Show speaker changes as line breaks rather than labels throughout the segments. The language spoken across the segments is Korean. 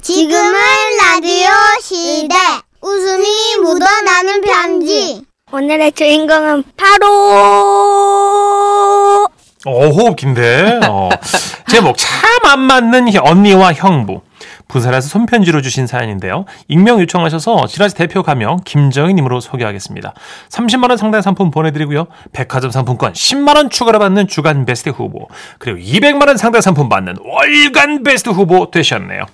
지금은 라디오 시대. 웃음이 묻어나는 편지.
오늘의 주인공은 바로
어, 호흡 긴데. 어. 제목, 참 안 맞는 형- 언니와 형부. 부산에서 손편지로 주신 사연인데요. 익명 요청하셔서 지라시 대표 가명 김정희님으로 소개하겠습니다. 30만원 상당 상품 보내드리고요. 백화점 상품권 10만원 추가로 받는 주간 베스트 후보. 그리고 200만원 상당 상품 받는 월간 베스트 후보 되셨네요.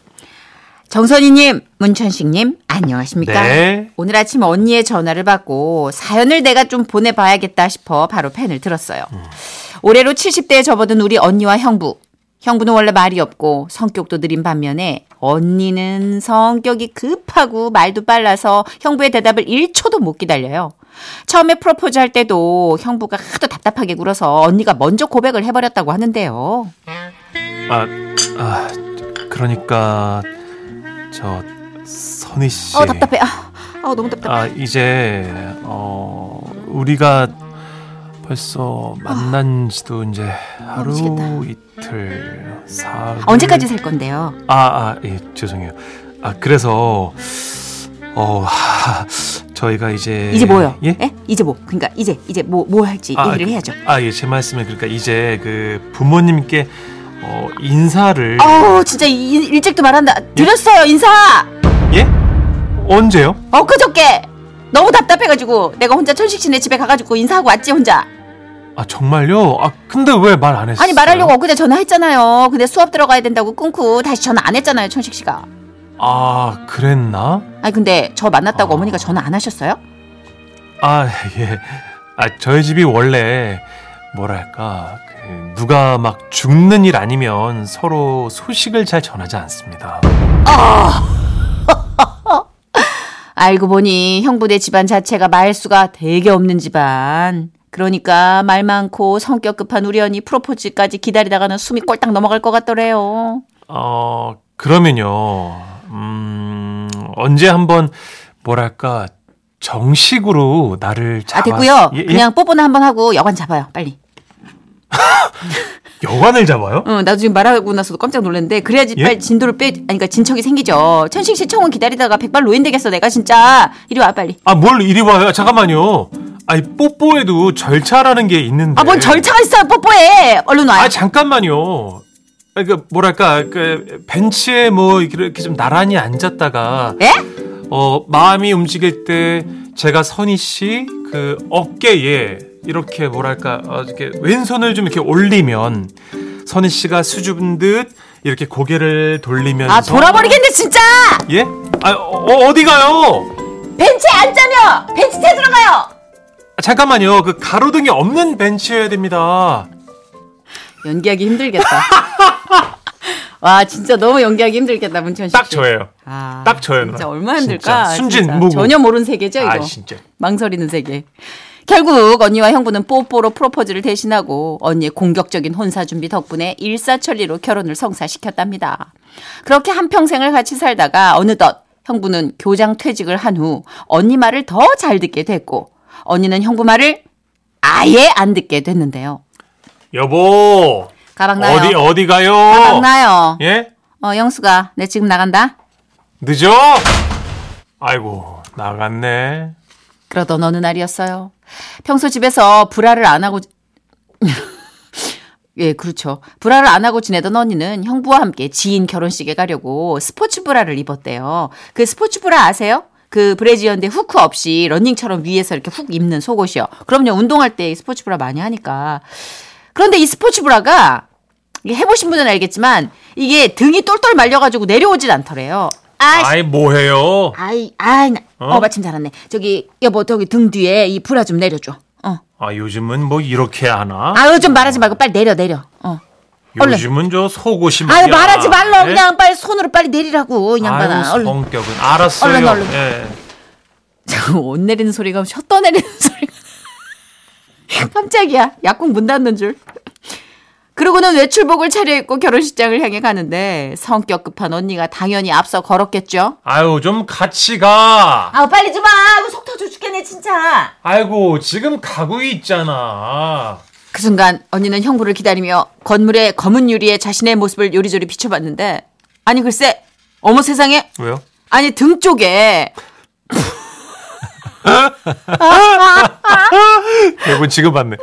정선희님, 문천식님, 안녕하십니까?
네.
오늘 아침 언니의 전화를 받고 사연을 내가 좀 보내봐야겠다 싶어 바로 펜을 들었어요.
음.
올해로 70대에 접어든 우리 언니와 형부. 형부는 원래 말이 없고 성격도 느린 반면에 언니는 성격이 급하고 말도 빨라서 형부의 대답을 1초도 못 기다려요. 처음에 프로포즈 할 때도 형부가 하도 답답하게 굴어서 언니가 먼저 고백을 해버렸다고 하는데요.
아, 아, 그러니까, 저, 선희씨.
어, 답답해. 아, 아, 너무
네.
답답해.
아 이제 어 우리가 벌써 만난 지도 이제 하루
미치겠다. 아,
이틀 사흘
언제까지 살 건데요?
아아예 죄송해요 아 그래서 어 하, 저희가 이제
이제 뭐요?
예?
예? 이제 뭐? 그러니까 이제 이제 뭐 뭐 할지 얘기를 해야죠.
아예 그- 제 말씀은 그러니까 이제 그 부모님께 어 인사를
어우 진짜 이- 일찍도 말한다. 드렸어요 인사.
예 언제요?
엊그저께 너무 답답해가지고 내가 혼자 천식 씨네 집에 가가지고 인사하고 왔지 혼자.
아 정말요? 아 근데 왜 말 안 했어요?
아니 말하려고 엊그제 전화했잖아요. 근데 수업 들어가야 된다고 끊고 다시 전화 안 했잖아요 천식 씨가.
아 그랬나?
아니 근데 저 만났다고
아.
어머니가 전화 안 하셨어요?
아, 예. 아, 저희 집이 원래 뭐랄까 그 누가 막 죽는 일 아니면 서로 소식을 잘 전하지 않습니다.
알고 보니 형부네 집안 자체가 말수가 되게 없는 집안. 그러니까 말 많고 성격 급한 우리 언니 프로포즈까지 기다리다가는 숨이 꼴딱 넘어갈 것 같더래요.
어, 그러면요. 음, 언제 한번 뭐랄까 정식으로 나를
아
잡아
됐고요.
예, 예?
그냥 뽀뽀나 한번 하고 여관 잡아요. 빨리.
여관을 잡아요?
응, 어, 나도 지금 말하고 나서도 깜짝 놀랐는데 그래야지
예?
빨리 진도를 빼. 아니 그러니까 진척이 생기죠. 천식 씨 청혼 기다리다가 백발 노인 되겠어. 내가 진짜 이리 와 빨리.
아, 뭘 이리 와요? 잠깐만요. 아니, 뽀뽀에도 절차라는 게 있는데.
아 뭔 절차가 있어. 뽀뽀해. 얼른 와.
아
요
잠깐만요. 아, 그 뭐랄까 그 벤치에 뭐 이렇게 좀 나란히 앉았다가
예?
어 마음이 움직일 때 제가 선희 씨 그 어깨에 이렇게 뭐랄까 어, 이렇게 왼손을 좀 이렇게 올리면 선희 씨가 수줍은 듯 이렇게 고개를 돌리면서
아 돌아버리겠네 진짜.
예? 아 어, 디 가요?
벤치에 앉자며 벤치에 들어가요.
아, 잠깐만요. 그 가로등이 없는 벤치여야 됩니다.
연기하기 힘들겠다. 와 진짜 너무 연기하기 힘들겠다 문천식.
딱
씨.
저예요.
아,
딱 저예요, 누나.
진짜 얼마나
진짜.
힘들까.
순진,
진짜.
무구.
전혀 모르는 세계죠 이거.
아 진짜.
망설이는 세계. 결국 언니와 형부는 뽀뽀로 프로포즈를 대신하고 언니의 공격적인 혼사 준비 덕분에 일사천리로 결혼을 성사시켰답니다. 그렇게 한평생을 같이 살다가 어느덧 형부는 교장 퇴직을 한 후 언니 말을 더 잘 듣게 됐고 언니는 형부 말을 아예 안 듣게 됐는데요.
여보.
가방 나요. 아,
어디 어디 가요?
가방 나요.
예?
어 영수가 내 지금 나간다.
늦어? 아이고 나갔네.
그러던 어느 날이었어요. 평소 집에서 불화를 안 하고 예, 그렇죠. 불화를 안 하고 지내던 언니는 형부와 함께 지인 결혼식에 가려고 스포츠 브라를 입었대요. 그 스포츠 브라 아세요? 그 브래지어인데 후크 없이 러닝처럼 위에서 이렇게 훅 입는 속옷이요. 그럼요, 운동할 때 스포츠 브라 많이 하니까. 그런데 이 스포츠 브라가 이게 해보신 분은 알겠지만 이게 등이 똘똘 말려가지고 내려오질 않더래요. 아,
아이 뭐해요?
아이, 아이, 나,
어?
어? 마침 잘았네. 저기, 여보, 저기 등 뒤에 이 브라 좀 내려줘. 어.
아 요즘은 뭐 이렇게 하나?
아유, 좀 말하지 말고 빨리 내려, 내려. 어. 얼른.
요즘은 저 속옷이
아유,
음. 말이야.
말하지 말라.
예?
그냥 빨리 손으로 빨리 내리라고, 이 양반아.
아유
얼른.
성격은 알았어요.
얼른, 얼른.
예.
저 옷 내리는 소리가 셔터 내리는 소리가 깜짝이야 약국 문 닫는 줄 그러고는 외출복을 차려입고 결혼식장을 향해 가는데 성격 급한 언니가 당연히 앞서 걸었겠죠
아유 좀 같이 가.
아 빨리 좀와 이거 속 터져 죽겠네 진짜
아이고 지금 가고 있잖아.
그 순간 언니는 형부를 기다리며 건물의 검은 유리에 자신의 모습을 요리조리 비춰봤는데 아니 글쎄 어머 세상에.
왜요?
아니 등 쪽에
대본 지금 봤네.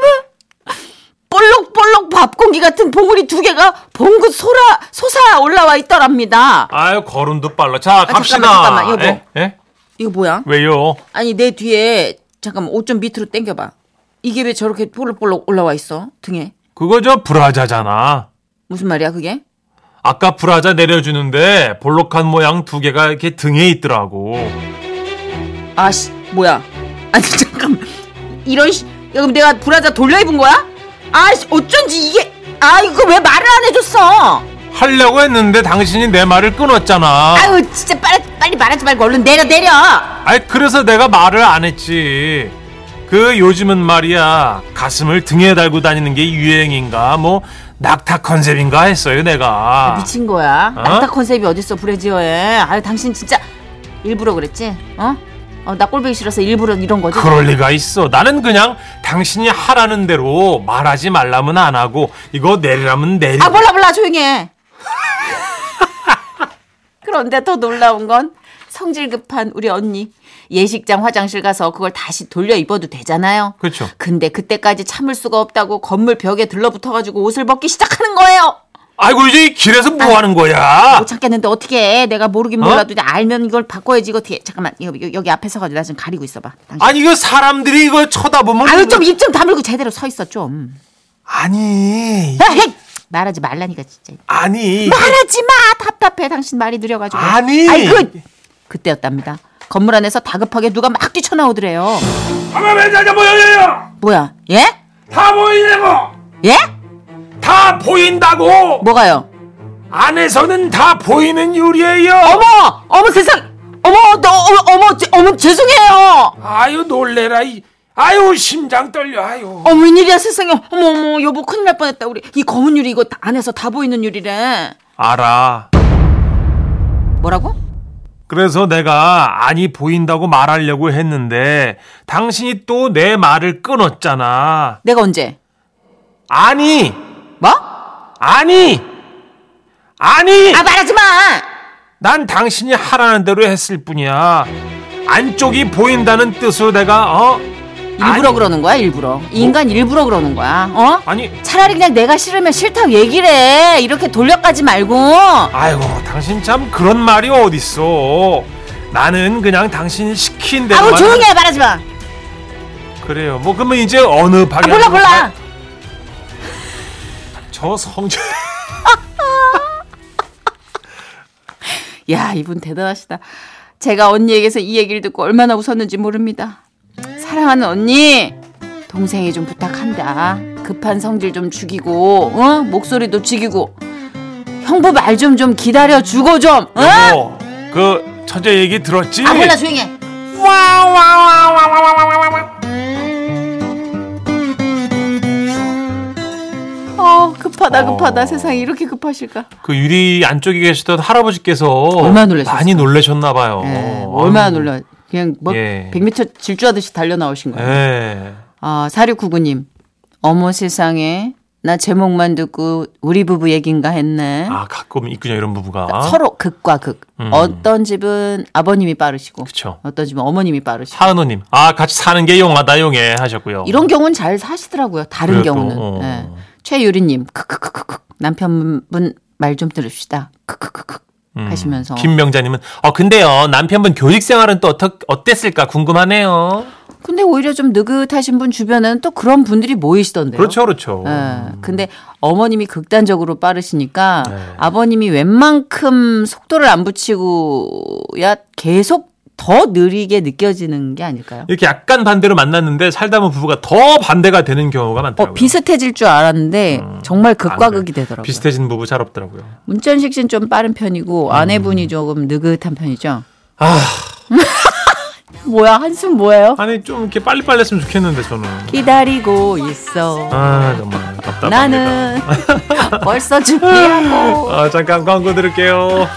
볼록볼록 밥공기 같은 봉우리 두 개가 봉긋 솟아 솟아 올라와 있더랍니다.
아유 걸음도 빨라. 자 갑시다.
잠깐만, 잠깐만, 이거
예? 예?
이거 뭐야?
왜요?
아니 내 뒤에 잠깐만 옷 좀 밑으로 당겨봐. 이게 왜 저렇게 볼록볼록 올라와 있어 등에?
그거 저 브라자잖아.
무슨 말이야 그게?
아까 브라자 내려주는데 볼록한 모양 두 개가 이렇게 등에 있더라고.
아씨 뭐야? 아니 잠깐만 이런 씨 야, 그럼 내가 브라자 돌려 입은 거야? 아씨 어쩐지 이게 아 이거 왜 말을 안 해줬어?
하려고 했는데 당신이 내 말을 끊었잖아.
아유 진짜 빨리 빨리 말하지 말고 얼른 내려 내려.
아이 그래서 내가 말을 안 했지. 그 요즘은 말이야 가슴을 등에 달고 다니는 게 유행인가 뭐 낙타 컨셉인가 했어요 내가.
미친 거야.
아. 어?
낙타 컨셉이 어딨어 브레지어에. 아 당신 진짜 일부러 그랬지? 어? 어, 나 꼴보기 싫어서 일부러 이런 거지?
그럴 리가 있어. 나는 그냥 당신이 하라는 대로 말하지 말라면 안 하고 이거 내리라면 내리.
아 몰라 몰라 조용히 해. 그런데 더 놀라운 건 성질 급한 우리 언니. 예식장 화장실 가서 그걸 다시 돌려 입어도 되잖아요.
그렇죠.
근데 그때까지 참을 수가 없다고 건물 벽에 들러붙어가지고 옷을 벗기 시작하는 거예요.
아이고 이제 이 길에서 뭐 하는 거야?
못 참겠는데 어떻게 해? 내가 모르긴
어?
몰라도 이제 알면 이걸 바꿔야지 이거 어떻게 해? 잠깐만 이거 여기, 여기 앞에 서가지고 나 지금 가리고 있어봐. 당신.
아니 이거 사람들이 이거 쳐다보면
아유 좀 입 좀 다물고 제대로 서 있어 좀.
아니
에헤이! 말하지 말라니까 진짜.
아니
뭐? 말하지 마 답답해 당신 말이 느려가지고.
아니.
아이고 그, 그때였답니다. 건물 안에서 다급하게 누가 막 뛰쳐나오더래요.
가만히 자자 모여요.
뭐야? 예?
다 뭐! 보이냐고.
예?
다 보인다고.
뭐가요?
안에서는 다 보이는 유리예요.
어머 어머 세상 어머 너 어머 어머 제- 어머 죄송해요.
아유 놀래라. 이. 아유 심장 떨려. 아유.
어머 웬일이야 세상에 어머 어머 여보 큰일 날 뻔했다 우리 이 검은 유리 이거 다- 안에서 다 보이는 유리래.
알아.
뭐라고?
그래서 내가 아니 보인다고 말하려고 했는데 당신이 또 내 말을 끊었잖아.
내가 언제?
아니
뭐?
아니 아니
아 말하지 마.
난 당신이 하라는 대로 했을 뿐이야. 안쪽이 보인다는 뜻으로 내가 어
일부러 그러는 거야 일부러. 이 인간 일부러 그러는 거야. 어?
아니
차라리 그냥 내가 싫으면 싫다고 얘기를 해. 이렇게 돌려까지 말고. 네,
아이고 당신 참 그런 말이 어딨어. 나는 그냥 당신이 시킨 대로
아우 조용히 해 말하지 마.
그래요. 뭐 그러면 이제 어느
아
방향
몰라 몰라.
저 성적
야 이분 대단하시다. 제가 언니에게서 이 얘기를 듣고 얼마나 웃었는지 모릅니다. 사랑하는 언니 동생이 좀 부탁한다. 급한 성질 좀 죽이고 어? 목소리도 죽이고 형부 말 좀 좀 기다려 주고 좀. 어?
여보, 그 천재 얘기 들었지?
아 몰라 조용해. 어 급하다 급하다
어.
세상에 이렇게 급하실까?
그 유리 안쪽에 계시던 할아버지께서
얼마나 놀라셨어요?
많이 놀라셨나 봐요.
예, 얼마나 놀라. 그냥 뭐
예.
100m 질주하듯이 달려 나오신 거예요.
예.
아, 4699님. 어머 세상에. 나 제목만 듣고 우리 부부 얘긴가 했네.
아 가끔 있군요 이런 부부가.
서로 극과 극.
아. 음.
어떤 집은 아버님이 빠르시고
그쵸.
어떤 집은 어머님이 빠르시고.
사은호님, 아 같이 사는 게 용하다 용해 하셨고요.
이런 경우는 잘 사시더라고요. 다른
그래요, 또?
경우는.
어.
예. 최유리님. 크크크크크. 남편분 말 좀 들읍시다. 크크크크. 하시면서.
음. 김명자님은 어 근데요 남편분 교직 생활은 또 어떻 어땠을까 궁금하네요.
근데 오히려 좀 느긋하신 분 주변에는 또 그런 분들이 모이시던데요.
그렇죠 그렇죠.
예, 근데 어머님이 극단적으로 빠르시니까
네.
아버님이 웬만큼 속도를 안 붙이고야 계속 더 느리게 느껴지는 게 아닐까요?
이렇게 약간 반대로 만났는데 살다 보면 부부가 더 반대가 되는 경우가 많더라고요.
어, 비슷해질 줄 알았는데 정말 극과
예. 음, 안 돼.
극이 되더라고요.
비슷해진 부부 잘 없더라고요.
문천식 씨는 좀 빠른 편이고 아내분이 조금 느긋한 편이죠.
아.
뭐야 한숨 뭐예요?
아니 좀 이렇게 빨리빨리 했으면 좋겠는데 저는
기다리고 있어.
아 정말 답답합니다
나는 벌써 준비하고.
아 잠깐 광고 들을게요